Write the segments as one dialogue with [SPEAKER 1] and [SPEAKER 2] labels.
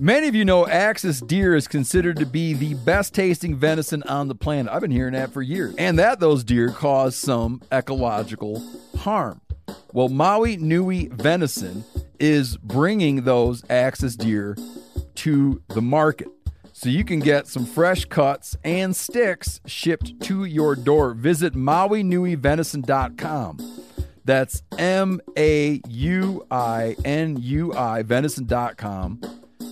[SPEAKER 1] Many of you know Axis deer is considered to be the best tasting venison on the planet. I've been hearing that for years. And that those deer cause some ecological harm. Well, Maui Nui Venison is bringing those Axis deer to the market. So you can get some fresh cuts and sticks shipped to your door. Visit mauinuivenison.com. That's M A U I N U I venison.com.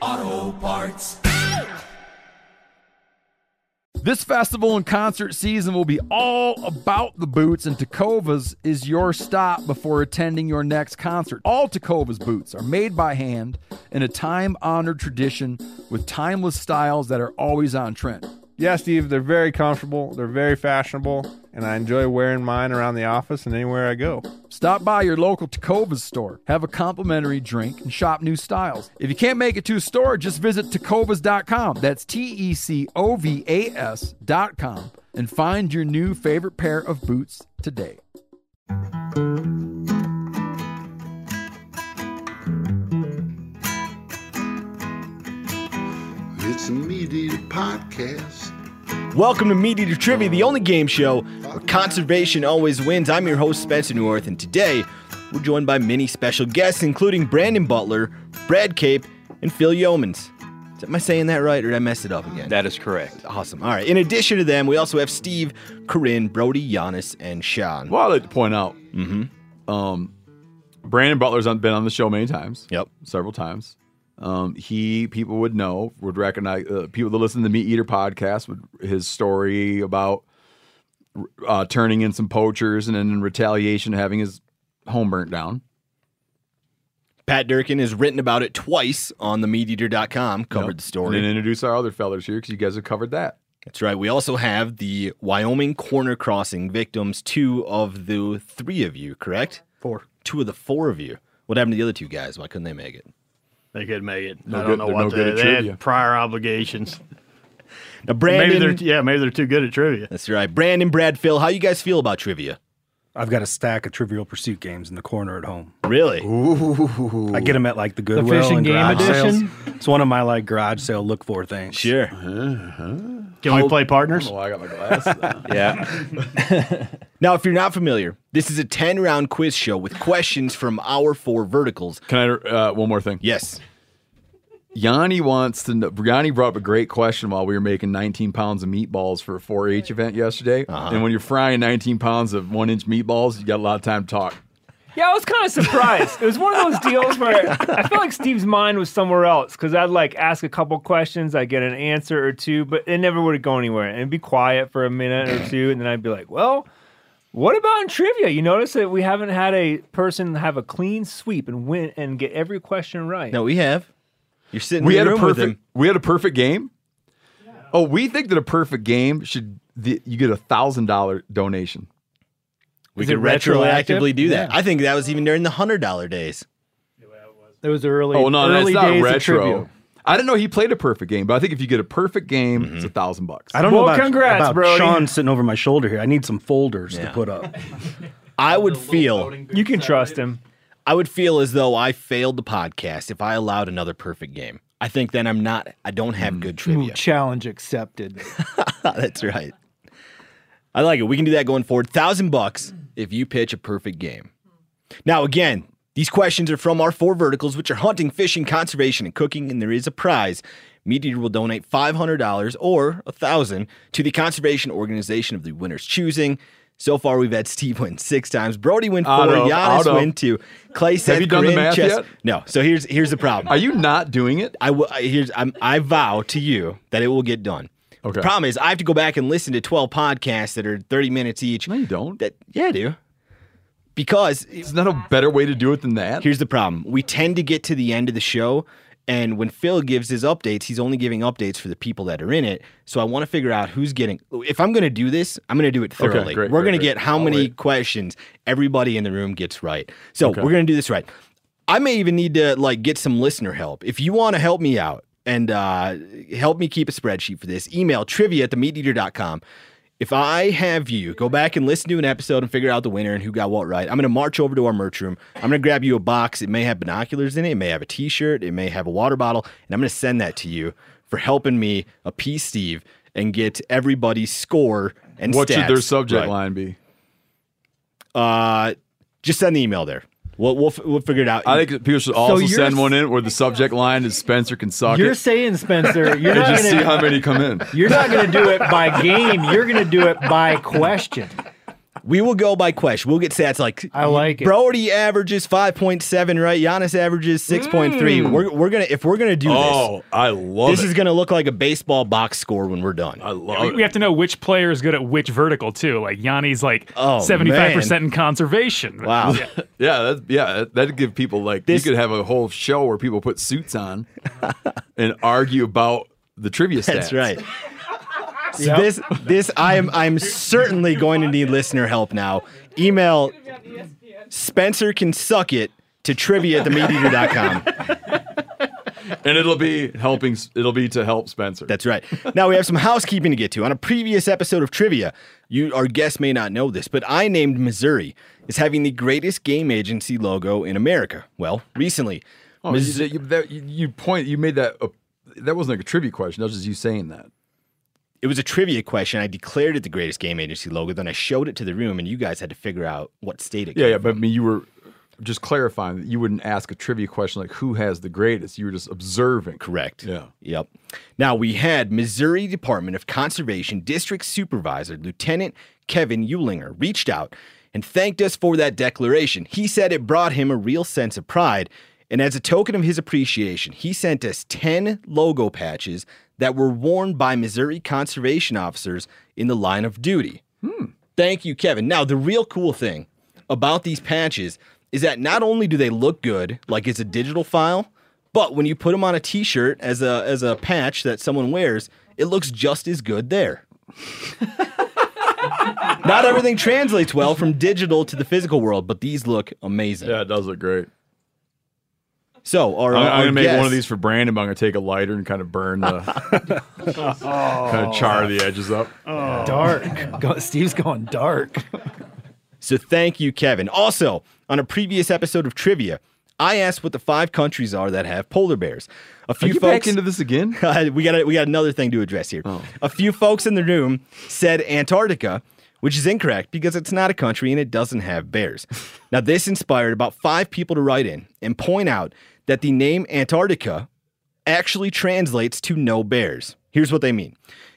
[SPEAKER 2] Auto Parts.
[SPEAKER 1] This festival and concert season will be all about the boots, and Takovas is your stop before attending your next concert. All Takovas boots are made by hand in a time honored tradition with timeless styles that are always on trend.
[SPEAKER 3] Yeah, Steve, they're very comfortable. They're very fashionable, and I enjoy wearing mine around the office and anywhere I go.
[SPEAKER 1] Stop by your local Takovas store, have a complimentary drink, and shop new styles. If you can't make it to a store, just visit tacovas.com. That's T E C O V A S.com and find your new favorite pair of boots today.
[SPEAKER 4] It's a Meat Eater podcast.
[SPEAKER 5] Welcome to Meat Eater Trivia, the only game show where conservation always wins. I'm your host, Spencer North, and today we're joined by many special guests, including Brandon Butler, Brad Cape, and Phil Yeomans. Is- Am I saying that right, or did I mess it up again?
[SPEAKER 6] That is correct.
[SPEAKER 5] awesome. All right. In addition to them, we also have Steve, Corinne, Brody, Giannis, and Sean.
[SPEAKER 7] Well, I'd like to point out, um, Brandon Butler's on- been on the show many times.
[SPEAKER 5] Yep.
[SPEAKER 7] several times. Um, he people would know, would recognize uh, people that listen to the Meat Eater podcast. Would his story about uh, turning in some poachers and then in retaliation having his home burnt down.
[SPEAKER 5] Pat Durkin has written about it twice on themeateater.com, covered
[SPEAKER 7] Yep.
[SPEAKER 5] the
[SPEAKER 7] And
[SPEAKER 5] story.
[SPEAKER 7] then introduce our other fellas here because you guys have covered that.
[SPEAKER 5] That's right. We also have the Wyoming Corner Crossing victims, two of the three of you, correct? Four. Two of the four of you. What happened to the other two guys? Why couldn't they make it?
[SPEAKER 8] They could make it.
[SPEAKER 7] No
[SPEAKER 8] I
[SPEAKER 7] good-
[SPEAKER 8] don't know
[SPEAKER 7] they're
[SPEAKER 8] what
[SPEAKER 7] no good
[SPEAKER 8] they,
[SPEAKER 7] at
[SPEAKER 8] they
[SPEAKER 7] trivia.
[SPEAKER 8] had prior obligations.
[SPEAKER 5] Now,
[SPEAKER 8] Maybe
[SPEAKER 5] Brandon.
[SPEAKER 8] they're yeah, maybe they're too good at trivia.
[SPEAKER 5] that's right. Brandon, Brad, Phil, how you guys feel about trivia?
[SPEAKER 9] I've got a stack of Trivial Pursuit games in the corner at home.
[SPEAKER 5] Really?
[SPEAKER 9] I get them at like the Goodwill
[SPEAKER 8] Fish and
[SPEAKER 9] and
[SPEAKER 8] Game
[SPEAKER 9] garage
[SPEAKER 8] edition?
[SPEAKER 9] sales. It's one of my like garage sale look for things.
[SPEAKER 5] Sure.
[SPEAKER 8] Can we play partners?
[SPEAKER 7] Oh, I got my glasses. on.
[SPEAKER 6] Yeah.
[SPEAKER 5] Now, if you're not familiar, this is a 10 round quiz show with questions from our four verticals.
[SPEAKER 7] Can I? Uh, one more thing.
[SPEAKER 5] Yes.
[SPEAKER 7] Yanni wants to know. Yanni brought up a great question while we were making 19 pounds of meatballs for a 4-H event yesterday. And when you're frying 19 pounds of one-inch meatballs, you got a lot of time to talk.
[SPEAKER 10] Yeah, I was kind of surprised. it was one of those deals where I feel like Steve's mind was somewhere else because I'd like ask a couple questions, I'd get an answer or two, but it never would go anywhere. And it'd be quiet for a minute or two, and then I'd be like, well, what about in trivia? You notice that we haven't had a person have a clean sweep and win and get every question right.
[SPEAKER 5] No, we have. You're sitting
[SPEAKER 7] We
[SPEAKER 5] in
[SPEAKER 7] had
[SPEAKER 5] the
[SPEAKER 7] a
[SPEAKER 5] room with him.
[SPEAKER 7] perfect. We had a perfect game. Oh, we think that a perfect game should the, you get a thousand dollar donation.
[SPEAKER 5] We
[SPEAKER 10] Is
[SPEAKER 5] could
[SPEAKER 10] it retroactive?
[SPEAKER 5] retroactively do that. I think that was even during the $100 days.
[SPEAKER 10] It was early.
[SPEAKER 7] Oh no, that's
[SPEAKER 10] early
[SPEAKER 7] not
[SPEAKER 10] days of trivia.
[SPEAKER 7] retro. I didn't know he played a perfect game, but I think if you get a perfect game, it's a thousand bucks.
[SPEAKER 9] I don't know
[SPEAKER 10] Well,
[SPEAKER 9] about,
[SPEAKER 10] congrats,
[SPEAKER 9] about
[SPEAKER 10] Brody.
[SPEAKER 9] Sean sitting over my shoulder here. I need some folders to put up.
[SPEAKER 5] I would feel.
[SPEAKER 10] You can trust him.
[SPEAKER 5] I would feel as though I failed the podcast if I allowed another perfect game. I think then I'm not. I don't have good
[SPEAKER 10] Mm.
[SPEAKER 5] trivia.
[SPEAKER 11] Challenge accepted.
[SPEAKER 5] That's right. I like it. We can do that going forward. Thousand bucks if you pitch a perfect game. Now, again, these questions are from our four verticals, which are hunting, fishing, conservation, and cooking, and there is a prize. Meat Eater will donate $500 or 1000 to the conservation organization of the winner's choosing. So far, we've had Steve win six times, Brody win four,
[SPEAKER 7] Out of- out
[SPEAKER 5] Giannis
[SPEAKER 7] of.
[SPEAKER 5] win two, Clay said,
[SPEAKER 7] you done the
[SPEAKER 5] Corinne,
[SPEAKER 7] math
[SPEAKER 5] Chess-
[SPEAKER 7] yet?
[SPEAKER 5] No. So here's here's the problem.
[SPEAKER 7] Are you not doing it?
[SPEAKER 5] I will. I, here's. I'm, I vow to you that it will get done.
[SPEAKER 7] Okay.
[SPEAKER 5] The problem is, I have to go back and listen to 12 podcasts that are 30 minutes each.
[SPEAKER 7] No, you don't.
[SPEAKER 5] That yeah, I do. because
[SPEAKER 7] Is not a better way to do it than that?
[SPEAKER 5] Here's the problem. We tend to get to the end of the show, and when Phil gives his updates, he's only giving updates for the people that are in it. So I want to figure out who's getting. If I'm going to do this, I'm going to do it thoroughly.
[SPEAKER 7] great,
[SPEAKER 5] we're
[SPEAKER 7] great,
[SPEAKER 5] going to
[SPEAKER 7] great.
[SPEAKER 5] get how
[SPEAKER 7] I'll
[SPEAKER 5] many
[SPEAKER 7] wait.
[SPEAKER 5] questions everybody in the room gets right. So we're going to do this right. I may even need to like get some listener help. If you want to help me out and uh, help me keep a spreadsheat for this, email trivia at themeateater.com. If I have you go back and listen to an episode and figure out the winner and who got what right, I'm going to march over to our merch room. I'm going to grab you a box. It may have binoculars in it. It may have a t shirt. It may have a water bottle. And I'm going to send that to you for helping me, a P. Steve, and get everybody's score and
[SPEAKER 7] what should their
[SPEAKER 5] stats
[SPEAKER 7] subject
[SPEAKER 5] right.
[SPEAKER 7] line be?
[SPEAKER 5] Uh, just send the email there. We'll, we'll, f- we'll figure it out.
[SPEAKER 7] I think that people should also
[SPEAKER 10] you're
[SPEAKER 7] send
[SPEAKER 10] s-
[SPEAKER 7] one in where the subject line is Spencer can suck
[SPEAKER 10] You're
[SPEAKER 7] it
[SPEAKER 10] saying, Spencer, you're
[SPEAKER 7] and
[SPEAKER 10] not
[SPEAKER 7] just see
[SPEAKER 10] gonna,
[SPEAKER 7] how many come in.
[SPEAKER 10] you're not going to do it by game. You're going to do it by question.
[SPEAKER 5] We will go by question. We'll get stats like
[SPEAKER 10] I like it.
[SPEAKER 5] Brody averages five point seven, right? Giannis averages six point three. We're, we're gonna if we're gonna do
[SPEAKER 7] Oh, I love
[SPEAKER 5] this, this
[SPEAKER 7] it.
[SPEAKER 5] is gonna look like a baseball box score when we're done.
[SPEAKER 7] I love
[SPEAKER 6] We,
[SPEAKER 7] it.
[SPEAKER 6] we have to know which player is good at which vertical too. Like Yanni's like
[SPEAKER 5] Oh,
[SPEAKER 6] seventy five percent in conservation.
[SPEAKER 5] Wow,
[SPEAKER 7] Yeah, that, yeah, that'd give people like
[SPEAKER 5] This-
[SPEAKER 7] you could have a whole show where people put suits on and argue about the trivia stats.
[SPEAKER 5] that's right. So This this I am I'm certainly going to need listener help now. Email Spencer can suck it to trivia at themeateater.com.
[SPEAKER 7] And it'll be helping. It'll be to help Spencer.
[SPEAKER 5] That's right. Now we have some housekeeping to get to. On a previous episode of trivia, you our guests may not know this, but I named Missouri as having the greatest game agency logo in America. Well, recently,
[SPEAKER 7] oh, you, you, that, you, you point. You made that. A, that wasn't like a trivia question. That was just you saying that.
[SPEAKER 5] it was a trivia question. I declared it the greatest game agency logo. Then I showed it to the room, and you guys had to figure out what state it.
[SPEAKER 7] Yeah,
[SPEAKER 5] came
[SPEAKER 7] yeah. But I mean, you were just clarifying that you wouldn't ask a trivia question like who has the greatest. You were just observing.
[SPEAKER 5] Correct.
[SPEAKER 7] Yeah.
[SPEAKER 5] Yep. Now we had Missouri Department of Conservation District Supervisor Lieutenant Kevin Eulinger reached out and thanked us for that declaration. He said it brought him a real sense of pride. And as a token of his appreciation, he sent us 10 logo patches that were worn by Missouri conservation officers in the line of duty. Thank you, Kevin. Now, the real cool thing about these patches is that not only do they look good, like it's a digital file, but when you put them on a T-shirt as a as a patch that someone wears, it looks just as good there. not everything translates well from digital to the physical world, but these look amazing.
[SPEAKER 7] Yeah, it does look great.
[SPEAKER 5] So, our,
[SPEAKER 7] I'm,
[SPEAKER 5] our
[SPEAKER 7] I'm gonna make one
[SPEAKER 5] guest-
[SPEAKER 7] of these for Brandon. but I'm gonna take a lighter and kind of burn the, kind of char the edges up.
[SPEAKER 9] Dark. Go, Steve's going dark.
[SPEAKER 5] So thank you, Kevin. Also, on a previous episode of trivia, I asked what the five countries are that have polar bears. A
[SPEAKER 7] Are
[SPEAKER 5] few
[SPEAKER 7] you
[SPEAKER 5] folks
[SPEAKER 7] back into this again?
[SPEAKER 5] we got we got another thing to address here. A few folks in the room said Antarctica, which is incorrect because it's not a country and it doesn't have bears. now this inspired about 5 people to write in and point out that the name Antarctica actually translates to no bears. Here's what they mean.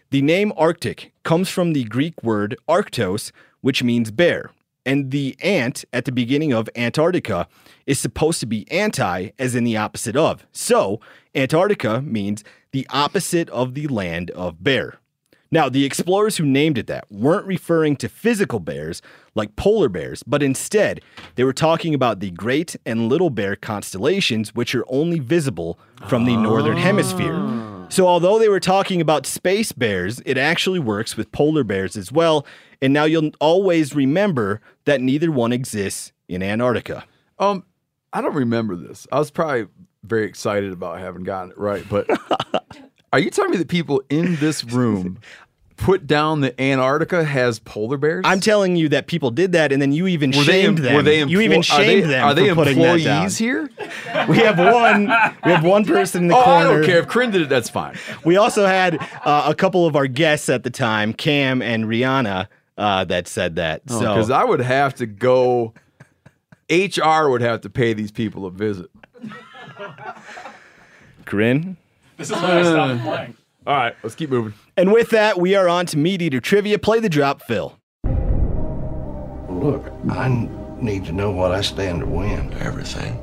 [SPEAKER 5] The name Arctic comes from the Greek word arctos, which means bear. And the ant at the beginning of Antarctica is supposed to be anti, as in the opposite of. So, Antarctica means the opposite of the land of bear. Now, the explorers who named it that weren't referring to physical bears like polar bears, but instead they were talking about the Great and Little Bear constellations, which are only visible from the Northern Hemisphere. So, although they were talking about space bears, it actually works with polar bears as well. And now you'll always remember that neither one exists in Antarctica.
[SPEAKER 7] Um, I don't remember this. I was probably very excited about having gotten it right, but are you telling me that people in this room put down that Antarctica has polar bears?
[SPEAKER 5] I'm telling you that people did that, and then you even shamed them.
[SPEAKER 7] Were they emplo-
[SPEAKER 5] you even
[SPEAKER 7] are they-
[SPEAKER 5] shamed them
[SPEAKER 7] Are they
[SPEAKER 5] for putting that
[SPEAKER 7] employees
[SPEAKER 5] down.
[SPEAKER 7] here?
[SPEAKER 5] We have one. We have one person in the
[SPEAKER 7] Oh, I
[SPEAKER 5] corner.
[SPEAKER 7] don't care. If Corinne did it, that's fine.
[SPEAKER 5] We also had uh, a couple of our guests at the time, Cam and Rihanna, uh, that said that.
[SPEAKER 7] Because
[SPEAKER 5] so
[SPEAKER 7] Oh, I would have to go. HR would have to pay these people a visit.
[SPEAKER 5] Corinne.
[SPEAKER 7] All right, let's keep moving.
[SPEAKER 5] And with that, we are on to Meat Eater Trivia. Play the drop, Phil.
[SPEAKER 4] Look, I n- need to know what I stand to win. Everything.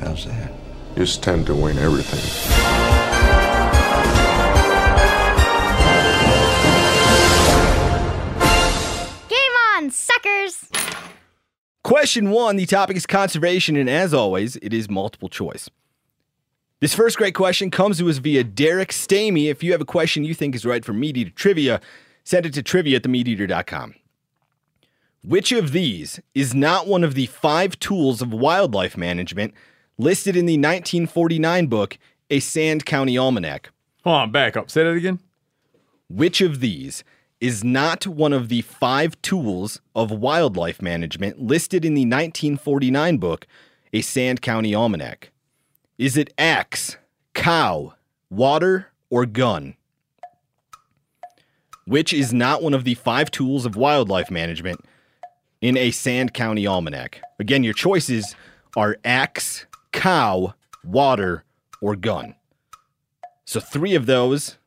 [SPEAKER 4] How's that?
[SPEAKER 12] You stand to win everything.
[SPEAKER 11] Game on, suckers!
[SPEAKER 5] Question one the topic is conservation, and as always, it is multiple choice. This first great question comes to us via Derek Stamey. If you have a question you think is right for Meat Eater Trivia, send it to trivia at themeateater.com. Which of these is not one of the five tools of wildlife management listed in the 1949 book, A Sand County Almanac?
[SPEAKER 7] Hold on, back up. Say that again.
[SPEAKER 5] Which of these is not one of the five tools of wildlife management listed in the 1949 book, A Sand County Almanac? Is it axe, cow, water, or gun? Which is not one of the five tools of wildlife management in a Sand County almanac. Again, your choices are axe, cow, water, or gun. So three of those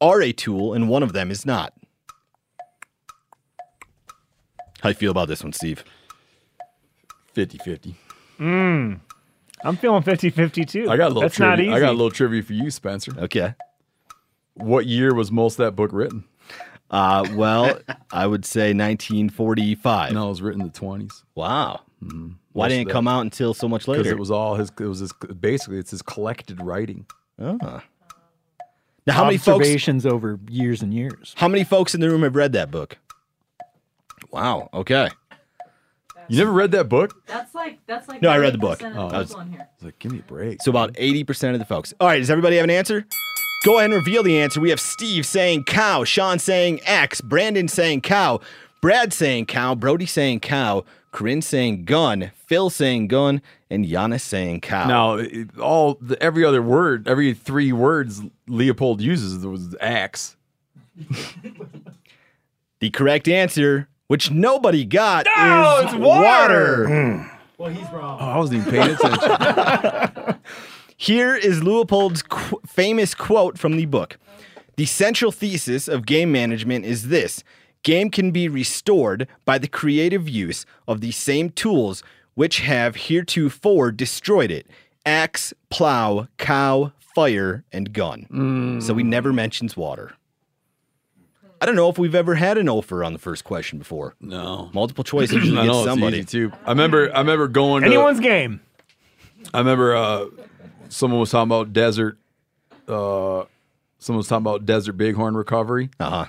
[SPEAKER 5] are a tool, and one of them is not. How you feel about this one, Steve?
[SPEAKER 7] 50-50.
[SPEAKER 10] Mm. I'm feeling 50 50 too.
[SPEAKER 7] I got a little
[SPEAKER 10] That's
[SPEAKER 7] trivia.
[SPEAKER 10] not easy.
[SPEAKER 7] I got a little trivia for you, Spencer.
[SPEAKER 5] Okay.
[SPEAKER 7] What year was most of that book written?
[SPEAKER 5] Uh, well, I would say 1945.
[SPEAKER 7] No, Mm-hmm. it was written in the 20s.
[SPEAKER 5] Wow. Why
[SPEAKER 7] Most
[SPEAKER 5] didn't
[SPEAKER 7] of
[SPEAKER 5] it come
[SPEAKER 7] that.
[SPEAKER 5] out until so much
[SPEAKER 7] Because
[SPEAKER 5] later?
[SPEAKER 7] it was all his. It was his. Basically, it's his collected writing.
[SPEAKER 5] Ah. Now, how many folks?
[SPEAKER 11] Observations over years and years.
[SPEAKER 5] How many folks in the room have read that book? Wow. Okay.
[SPEAKER 7] You never read that book?
[SPEAKER 13] That's like that's like.
[SPEAKER 5] No, I read the book.
[SPEAKER 13] 90% of
[SPEAKER 5] Oh.
[SPEAKER 13] the
[SPEAKER 5] I was-
[SPEAKER 13] people in here.
[SPEAKER 7] Like, give me a break.
[SPEAKER 5] So about 80% of the folks. All right, does everybody have an answer? Go ahead and reveal the answer. We have Steve saying cow, Sean saying X, Brandon saying cow, Brad saying cow, Brody saying cow, Corinne saying gun, Phil saying gun, and Giannis saying cow.
[SPEAKER 7] Now, it- all the, every other word, every three words Leopold uses was axe.
[SPEAKER 5] the correct answer, which nobody got,
[SPEAKER 2] No,
[SPEAKER 5] is
[SPEAKER 2] it's water.
[SPEAKER 11] Well, he's wrong.
[SPEAKER 7] Oh, I wasn't even paying attention.
[SPEAKER 5] Here is Leopold's qu- famous quote from the book The central thesis of game management is this game can be restored by the creative use of the same tools which have heretofore destroyed it axe, plow, cow, fire, and gun. So he never mentions water. I don't know if we've ever had an offer on the first question before.
[SPEAKER 7] No.
[SPEAKER 5] Multiple choice usually
[SPEAKER 7] I know,
[SPEAKER 5] gets
[SPEAKER 7] it's
[SPEAKER 5] somebody.
[SPEAKER 7] easy, too. I remember. I remember going. to-
[SPEAKER 10] Anyone's game.
[SPEAKER 7] I remember uh, someone was talking about desert. Uh, someone was talking about desert bighorn recovery.
[SPEAKER 5] Uh huh.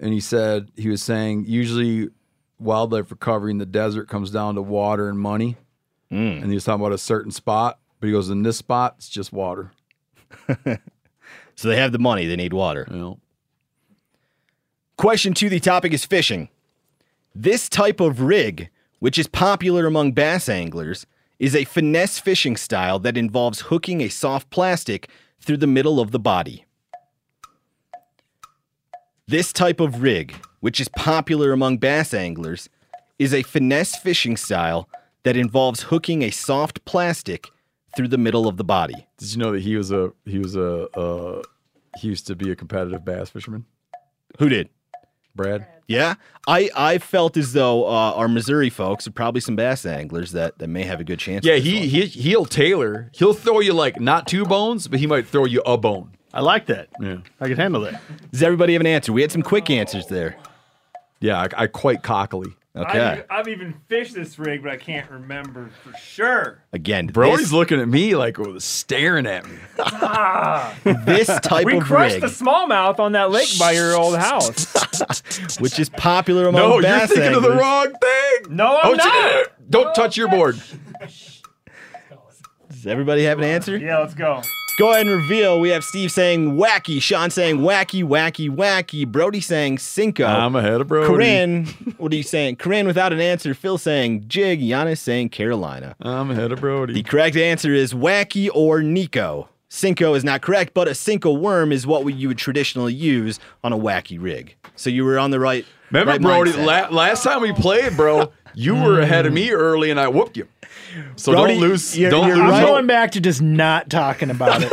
[SPEAKER 7] And he said he was saying usually wildlife recovery in the desert comes down to water and money. And he was talking about a certain spot, but he goes in this spot it's just water.
[SPEAKER 5] So they have the money, they need water. Question two the topic is fishing. This type of rig, which is popular among bass anglers, is a finesse fishing style that involves hooking a soft plastic through the middle of the body. This type of rig, which is popular among bass anglers, is a finesse fishing style that involves hooking a soft plastic through the middle of the body.
[SPEAKER 7] Did you know that he was a he was a uh, he used to be a competitive bass fisherman?
[SPEAKER 5] Who did?
[SPEAKER 7] Brad.
[SPEAKER 5] Yeah, I, I felt as though uh, our Missouri folks are probably some bass anglers that, that may have a good chance.
[SPEAKER 7] Yeah, he he he'll tailor. He'll throw you like not two bones, but he might throw you a bone.
[SPEAKER 8] I like that.
[SPEAKER 7] Yeah.
[SPEAKER 8] I can handle that.
[SPEAKER 5] Does everybody have an answer? We had some quick answers there.
[SPEAKER 7] Yeah, I, I quite cockily.
[SPEAKER 10] I've, e-, I've even fished this rig, but I can't remember for sure.
[SPEAKER 5] Again,
[SPEAKER 7] Brody's
[SPEAKER 5] this-
[SPEAKER 7] looking at me like oh, staring at me.
[SPEAKER 10] Ah.
[SPEAKER 5] This type
[SPEAKER 10] we
[SPEAKER 5] of
[SPEAKER 10] crushed
[SPEAKER 5] rig,
[SPEAKER 10] the smallmouth on that lake by your old house.
[SPEAKER 5] which is popular among
[SPEAKER 7] No, you're
[SPEAKER 5] bass
[SPEAKER 7] thinking of the
[SPEAKER 5] anglers.
[SPEAKER 7] wrong thing.
[SPEAKER 10] No, I'm
[SPEAKER 7] Don't you
[SPEAKER 10] not.
[SPEAKER 7] dare- don't touch your board.
[SPEAKER 5] Does everybody have an answer?
[SPEAKER 10] Yeah, let's go.
[SPEAKER 5] Go ahead and reveal. We have Steve saying wacky, Sean saying wacky, wacky, wacky, Brody saying cinco.
[SPEAKER 7] I'm ahead of Brody.
[SPEAKER 5] Oh, Corinne, what are you saying? Corinne without an answer. Phil saying jig. Giannis saying Carolina.
[SPEAKER 7] I'm ahead of Brody.
[SPEAKER 5] The correct answer is wacky or Nico. Cinco is not correct, but a Cinco worm is what you would traditionally use on a wacky rig. So you were on the right.
[SPEAKER 7] Remember,
[SPEAKER 5] right
[SPEAKER 7] Brody,
[SPEAKER 5] mindset. Mm.
[SPEAKER 7] la- last time we played, bro, you were ahead of me early and I whooped you. So
[SPEAKER 11] Brody,
[SPEAKER 7] don't lose.
[SPEAKER 11] you're-
[SPEAKER 7] don't
[SPEAKER 11] you're
[SPEAKER 7] lose.
[SPEAKER 11] I'm
[SPEAKER 7] hope.
[SPEAKER 11] going back to just not talking about it.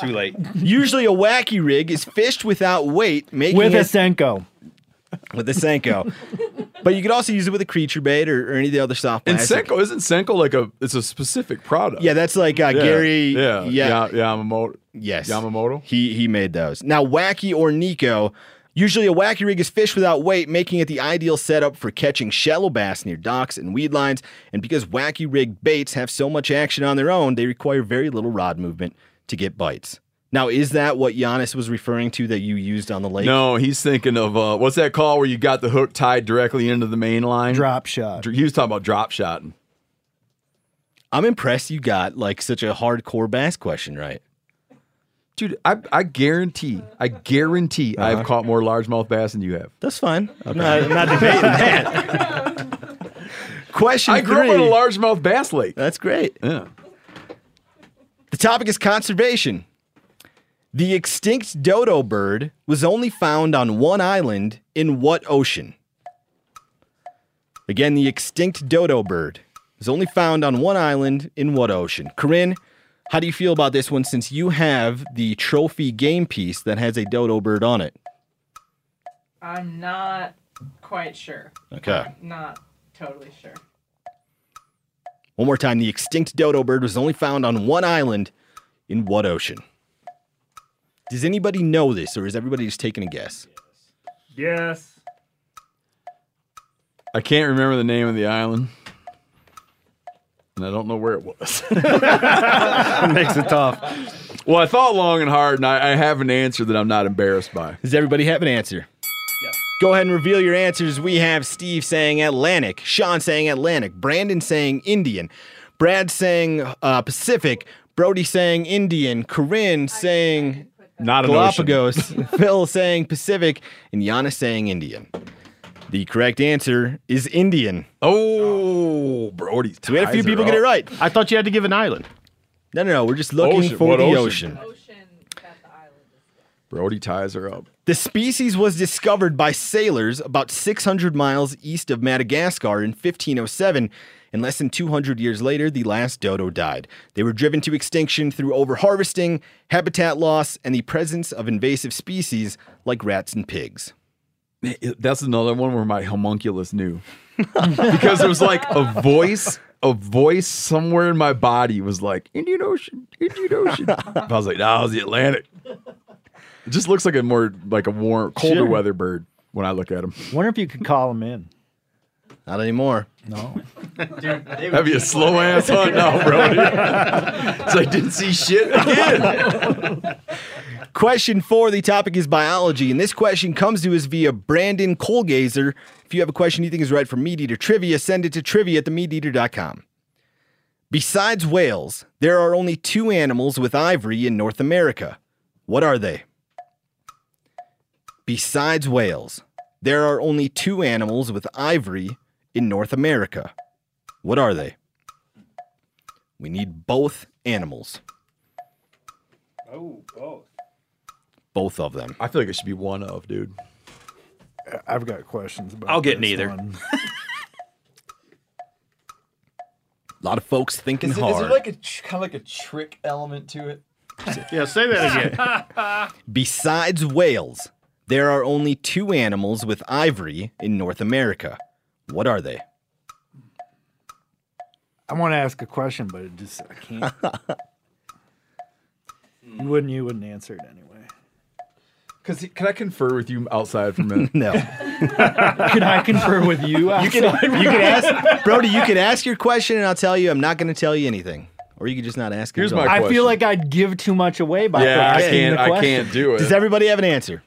[SPEAKER 5] Too late. Usually, a wacky rig is fished without weight, making
[SPEAKER 11] With a
[SPEAKER 5] it
[SPEAKER 11] Senko.
[SPEAKER 5] with a Senko. but you could also use it with a creature bait or, or any of the other soft
[SPEAKER 7] And
[SPEAKER 5] plastic.
[SPEAKER 7] Senko isn't Senko like a it's a specific product.
[SPEAKER 5] Yeah, that's like uh,
[SPEAKER 7] Yeah,
[SPEAKER 5] Gary.
[SPEAKER 7] Yeah,
[SPEAKER 5] yeah,
[SPEAKER 7] Ya- Yamamoto.
[SPEAKER 5] Yes.
[SPEAKER 7] Yamamoto.
[SPEAKER 5] He he made those. Now, Wacky or Nico Usually a wacky rig is fish without weight, making it the ideal setup for catching shallow bass near docks and weed lines. And because wacky rig baits have so much action on their own, they require very little rod movement to get bites. Now, is that what Giannis was referring to that you used on the lake?
[SPEAKER 7] No, he's thinking of uh, what's that call where you got the hook tied directly into the main line? Drop
[SPEAKER 11] shot.
[SPEAKER 7] He was talking about drop shotting.
[SPEAKER 5] I'm impressed you got like such a hardcore bass question right.
[SPEAKER 7] Dude, I, I guarantee, I guarantee
[SPEAKER 5] Uh-huh.
[SPEAKER 7] I've caught more largemouth bass than you have.
[SPEAKER 5] That's fine. I'm not, I'm not debating that. Question
[SPEAKER 7] I grew up on a
[SPEAKER 5] three.
[SPEAKER 7] largemouth bass lake.
[SPEAKER 5] That's great. Yeah. The topic is conservation. The extinct dodo bird was only found on one island in what ocean? Again, the extinct dodo bird was only found on one island in what ocean? Corinne, how do you feel about this one since you have the trophy game piece that has a dodo bird on it?
[SPEAKER 13] I'm not quite sure.
[SPEAKER 5] Okay.
[SPEAKER 13] Not totally sure.
[SPEAKER 5] One more time, the extinct dodo bird was only found on one island in what ocean? Does anybody know this or is everybody just taking a guess?
[SPEAKER 10] Yes.
[SPEAKER 7] I can't remember the name of the island. And I don't know where it was.
[SPEAKER 5] Makes it tough.
[SPEAKER 7] Well, I thought long and hard, and I, I have an answer that I'm not embarrassed by.
[SPEAKER 5] Does everybody have an answer? Go ahead and reveal your answers. We have Steve saying Atlantic, Sean saying Atlantic, Brandon saying Indian, Brad saying uh, Pacific, Brody saying Indian, Corinne saying
[SPEAKER 7] not
[SPEAKER 11] an ocean.
[SPEAKER 5] Galapagos, Phil saying Pacific, and Yana saying Indian. The correct answer is Indian.
[SPEAKER 7] Oh, Brody.
[SPEAKER 5] So we had a few
[SPEAKER 8] ties are
[SPEAKER 5] people get it
[SPEAKER 8] up.
[SPEAKER 5] right. I thought you had to give an island. No, no, no. We're just looking
[SPEAKER 7] Ocean,
[SPEAKER 5] for
[SPEAKER 7] what
[SPEAKER 5] the
[SPEAKER 7] ocean?
[SPEAKER 5] ocean.
[SPEAKER 7] Brody ties her up.
[SPEAKER 5] The species was discovered by sailors about 600 miles east of Madagascar in 1507, and less than 200 years later, the last dodo died. They were driven to extinction through overharvesting, habitat loss, and the presence of invasive species like rats and pigs.
[SPEAKER 7] Man, it- That's another one where my homunculus knew. because there was like a voice, a voice somewhere in my body was like, Indian Ocean, Indian Ocean. I was like, nah, it's the Atlantic. It just looks like a more, like a warm, colder
[SPEAKER 11] Sure.
[SPEAKER 7] weather bird when I look at him.
[SPEAKER 11] Wonder if you could call him in.
[SPEAKER 5] Not anymore.
[SPEAKER 11] No.
[SPEAKER 7] That'd be a slow ass hunt now, Brody. it's like, didn't see shit again.
[SPEAKER 5] Question four, the topic is biology, and this question comes to us via Brandon Colgazer. If you have a question you think is right for Meat Eater Trivia, send it to trivia at themeateater.com. Besides whales, there are only two animals with ivory in North America. What are they? Besides whales, there are only two animals with ivory in North America. What are they? We need both animals,
[SPEAKER 10] Oh, both.
[SPEAKER 5] both of them.
[SPEAKER 7] I feel like it should be one of, dude.
[SPEAKER 11] I've got questions about
[SPEAKER 5] I'll get
[SPEAKER 11] this
[SPEAKER 5] neither.
[SPEAKER 11] one.
[SPEAKER 5] A lot of folks thinking
[SPEAKER 7] Is, it,
[SPEAKER 5] hard.
[SPEAKER 7] is there like a kind of like a trick element to it?
[SPEAKER 8] Yeah, say that
[SPEAKER 7] again.
[SPEAKER 5] Besides whales, there are only two animals with ivory in North America. What are they?
[SPEAKER 11] I want to ask a question, but it just I can't. you wouldn't. You wouldn't answer it anyway.
[SPEAKER 7] Because can I confer with you outside for a minute?
[SPEAKER 5] no.
[SPEAKER 11] Can I confer with you?
[SPEAKER 5] You can,
[SPEAKER 11] outside?
[SPEAKER 5] you can ask, Brody, you can ask your question and I'll tell you I'm not going to tell you anything. Or you could just not ask it. at all.
[SPEAKER 11] I feel like I'd give too much away by asking the question.
[SPEAKER 5] Does everybody have an answer?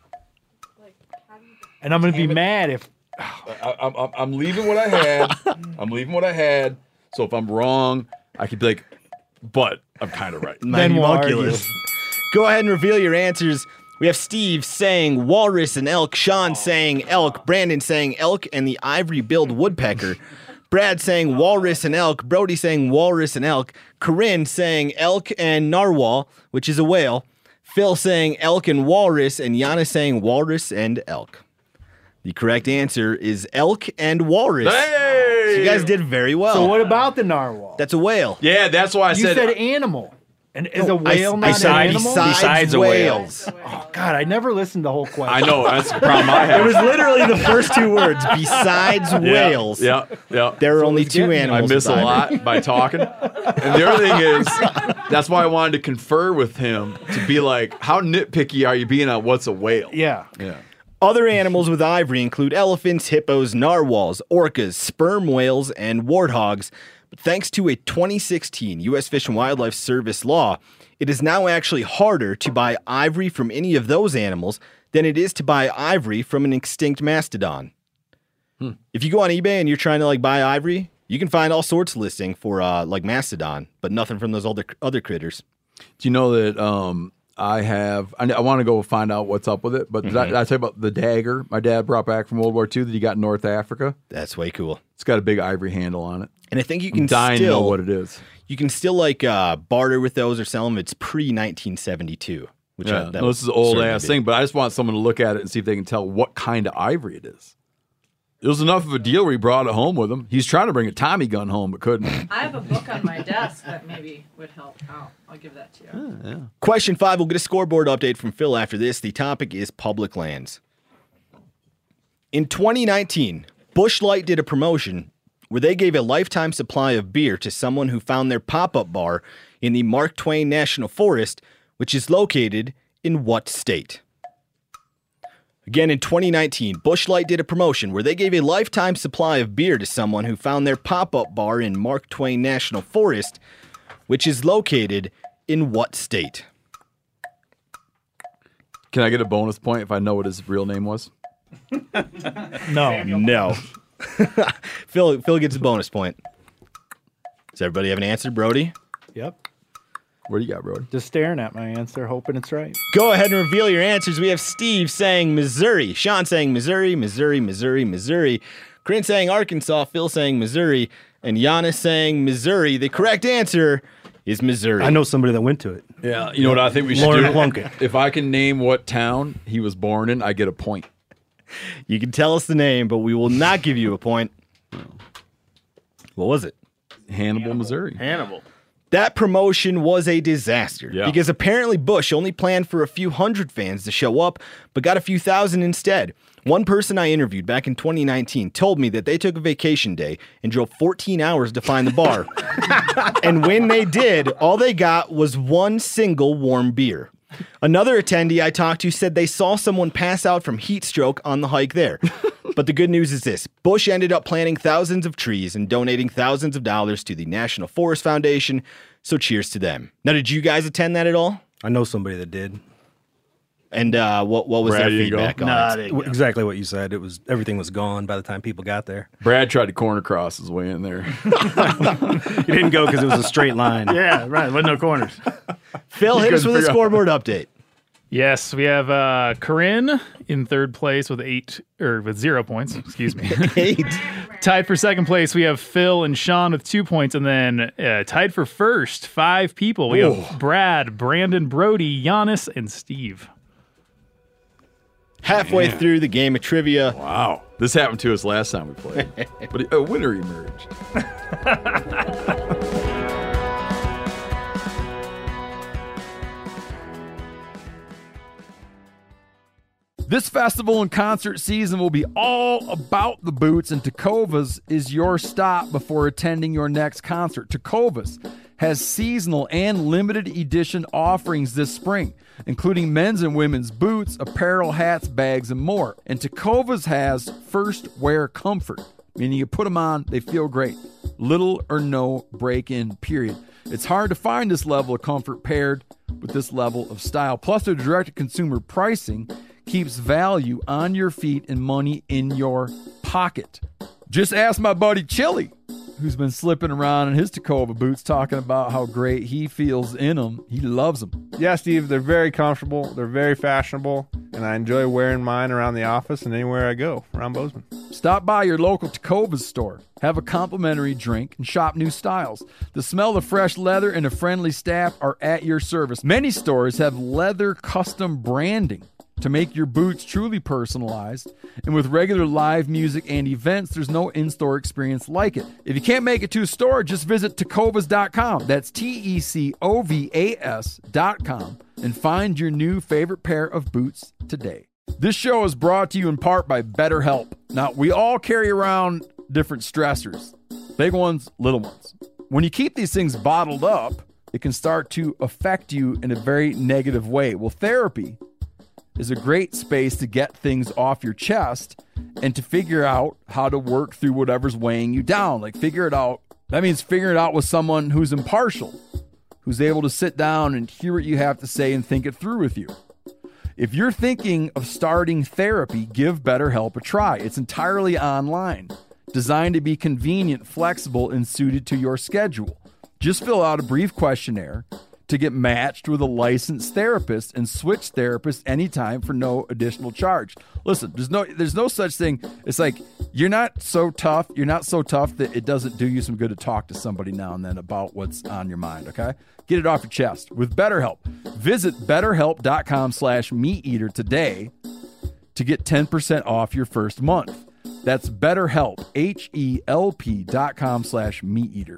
[SPEAKER 11] and I'm going to be mad if
[SPEAKER 7] I, I'm, I'm, I'm leaving what I had. I'm leaving what I had. So if I'm wrong, I could be like, but I'm kind of right.
[SPEAKER 5] Then we'll argue. Go ahead and reveal your answers. We have Steve saying walrus and elk, Sean saying elk, Brandon saying elk and the ivory billed woodpecker, Brad saying walrus and elk, Brody saying walrus and elk, Corinne saying elk and narwhal, which is a whale, Phil saying elk and walrus, and Yana saying walrus and elk. The correct answer is elk and walrus.
[SPEAKER 7] Hey!
[SPEAKER 5] So you guys did very well.
[SPEAKER 11] So what about the narwhal?
[SPEAKER 5] That's a whale.
[SPEAKER 7] Yeah, that's why I
[SPEAKER 11] you said, animal. And is
[SPEAKER 5] No,
[SPEAKER 11] a whale
[SPEAKER 5] I-
[SPEAKER 11] not
[SPEAKER 5] beside-
[SPEAKER 11] an animal?
[SPEAKER 5] besides Besides a whale. whales.
[SPEAKER 11] Oh God, I never listened to the whole question.
[SPEAKER 7] I know, that's the problem I have.
[SPEAKER 5] It was literally the first two words. Besides
[SPEAKER 7] Yeah,
[SPEAKER 5] whales,
[SPEAKER 7] Yeah, yeah.
[SPEAKER 5] there are only two animals.
[SPEAKER 7] I miss a
[SPEAKER 5] with ivory.
[SPEAKER 7] lot by talking. And the other thing is, that's why I wanted to confer with him to be like, how nitpicky are you being on what's a whale?
[SPEAKER 11] Yeah.
[SPEAKER 7] Yeah.
[SPEAKER 5] Other animals with ivory include elephants, hippos, narwhals, orcas, sperm whales, and warthogs. But thanks to a 2016 U.S. Fish and Wildlife Service law, it is now actually harder to buy ivory from any of those animals than it is to buy ivory from an extinct mastodon.
[SPEAKER 7] Hmm.
[SPEAKER 5] If you go on eBay and you're trying to like buy ivory, you can find all sorts listing for uh, like mastodon, but nothing from those other other critters.
[SPEAKER 1] Do you know that um, I have? I, want to go find out what's up with it. But did I,
[SPEAKER 5] Mhm.
[SPEAKER 1] did I tell you about the dagger my dad brought back from World War II that he got in North Africa?
[SPEAKER 5] That's way cool.
[SPEAKER 1] It's got a big ivory handle on it,
[SPEAKER 5] And I think you
[SPEAKER 1] I'm
[SPEAKER 5] can
[SPEAKER 1] dying
[SPEAKER 5] still
[SPEAKER 1] to know what it is.
[SPEAKER 5] You can still like uh, barter with those or sell them. It's pre 1972, which
[SPEAKER 1] yeah,
[SPEAKER 5] I, that
[SPEAKER 1] no,
[SPEAKER 5] would
[SPEAKER 1] this is an old
[SPEAKER 5] certainly
[SPEAKER 1] ass
[SPEAKER 5] be-
[SPEAKER 1] thing, but I just want someone to look at it and see if they can tell what kind of ivory it is. It was enough of a deal where he brought it home with him. He's trying to bring a Tommy gun home, but couldn't.
[SPEAKER 7] I have a book on my desk that maybe would help out. I'll give that to you.
[SPEAKER 5] Question five. We'll get a scoreboard update from Phil after this. The topic is public lands. In 2019, Bush Light did a promotion where they gave a lifetime supply of beer to someone who found their pop up bar in the Mark Twain National Forest, which is located in what state? Again, in 2019, Bush Light did a promotion where they gave a lifetime supply of beer to someone who found their pop up bar in Mark Twain National Forest, which is located in what state?
[SPEAKER 1] Can I get a bonus point if I know what his real name was?
[SPEAKER 5] No. No. Phil Phil gets a bonus point. Does everybody have an answer, Brody?
[SPEAKER 14] Yep.
[SPEAKER 1] What do you got, Brody?
[SPEAKER 14] Just staring at my answer, hoping it's right.
[SPEAKER 5] Go ahead and reveal your answers. We have Steve saying Missouri, Sean saying Missouri, Missouri, Missouri, Missouri, Corinne saying Arkansas, Phil saying Missouri, and Giannis saying Missouri. The correct answer is Missouri.
[SPEAKER 9] I know somebody that went to it.
[SPEAKER 1] Yeah, you know what I think we should
[SPEAKER 9] Lauren
[SPEAKER 1] do?
[SPEAKER 9] Plunkett.
[SPEAKER 1] If I can name what town he was born in, I get a point.
[SPEAKER 5] You can tell us the name, but we will not give you a point. What was it?
[SPEAKER 1] Hannibal, Missouri.
[SPEAKER 15] Hannibal.
[SPEAKER 5] That promotion was a disaster
[SPEAKER 1] Yeah.
[SPEAKER 5] because apparently Bush only planned for a few hundred fans to show up, but got a few thousand instead. One person I interviewed back in 2019 told me that they took a vacation day and drove 14 hours to find the bar. and when they did, all they got was one single warm beer. Another attendee I talked to said they saw someone pass out from heat stroke on the hike there. but the good news is this Bush ended up planting thousands of trees and donating thousands of dollars to the National Forest Foundation. So cheers to them. Now, did you guys attend that at all?
[SPEAKER 9] I know somebody that did.
[SPEAKER 5] And uh, what, what was their feedback on
[SPEAKER 9] Nah,
[SPEAKER 5] it?
[SPEAKER 9] it's Exactly what you said. It was everything was gone by the time people got there.
[SPEAKER 1] Brad tried to corner cross his way in there.
[SPEAKER 9] It didn't go because it was a straight line.
[SPEAKER 15] Yeah, right. With no corners.
[SPEAKER 5] Phil, hit us with a scoreboard update.
[SPEAKER 10] Yes, we have uh, Corinne in third place with eight or with zero points. Excuse me,
[SPEAKER 5] eight.
[SPEAKER 10] tied for second place, we have Phil and Sean with two points, and then uh, tied for first, five people. We
[SPEAKER 5] Ooh.
[SPEAKER 10] have Brad, Brandon, Brody, Giannis, and Steve.
[SPEAKER 5] Halfway through the game of trivia.
[SPEAKER 1] Wow. This happened to us last time we played. but a winner emerged. This festival and concert season will be all about the boots, and Takovas is your stop before attending your next concert. Takovas has seasonal and limited edition offerings this spring, including men's and women's boots, apparel, hats, bags, and more. And Takovas has first wear comfort, meaning you put them on, they feel great. Little or no break in, period. It's hard to find this level of comfort paired with this level of style. Plus, their direct to consumer pricing keeps value on your feet and money in your pocket. Just ask my buddy Chili, who's been slipping around in his Tacova boots, talking about how great he feels in them. He loves them.
[SPEAKER 16] Yeah, Steve, they're very comfortable. They're very fashionable, and I enjoy wearing mine around the office and anywhere I go around Bozeman.
[SPEAKER 1] Stop by your local Tacova's store, have a complimentary drink, and shop new styles. The smell of fresh leather and a friendly staff are at your service. Many stores have leather custom branding to make your boots truly personalized. And with regular live music and events, there's no in store experience like it. If you can't make it to a store, just visit tacovas.com. That's T E C O V A S.com and find your new favorite pair of boots today. This show is brought to you in part by BetterHelp. Now, we all carry around different stressors big ones, little ones. When you keep these things bottled up, it can start to affect you in a very negative way. Well, therapy is a great space to get things off your chest and to figure out how to work through whatever's weighing you down. Like, figure it out. That means figure it out with someone who's impartial, who's able to sit down and hear what you have to say and think it through with you. If you're thinking of starting therapy, give BetterHelp a try. It's entirely online, designed to be convenient, flexible, and suited to your schedule. Just fill out a brief questionnaire to get matched with a licensed therapist and switch therapists anytime for no additional charge. Listen, there's no there's no such thing. It's like you're not so tough, you're not so tough that it doesn't do you some good to talk to somebody now and then about what's on your mind, okay? Get it off your chest with BetterHelp. Visit betterhelp.com slash meat eater today to get 10% off your first month. That's betterhelp, H-E-L-P dot com slash meat eater.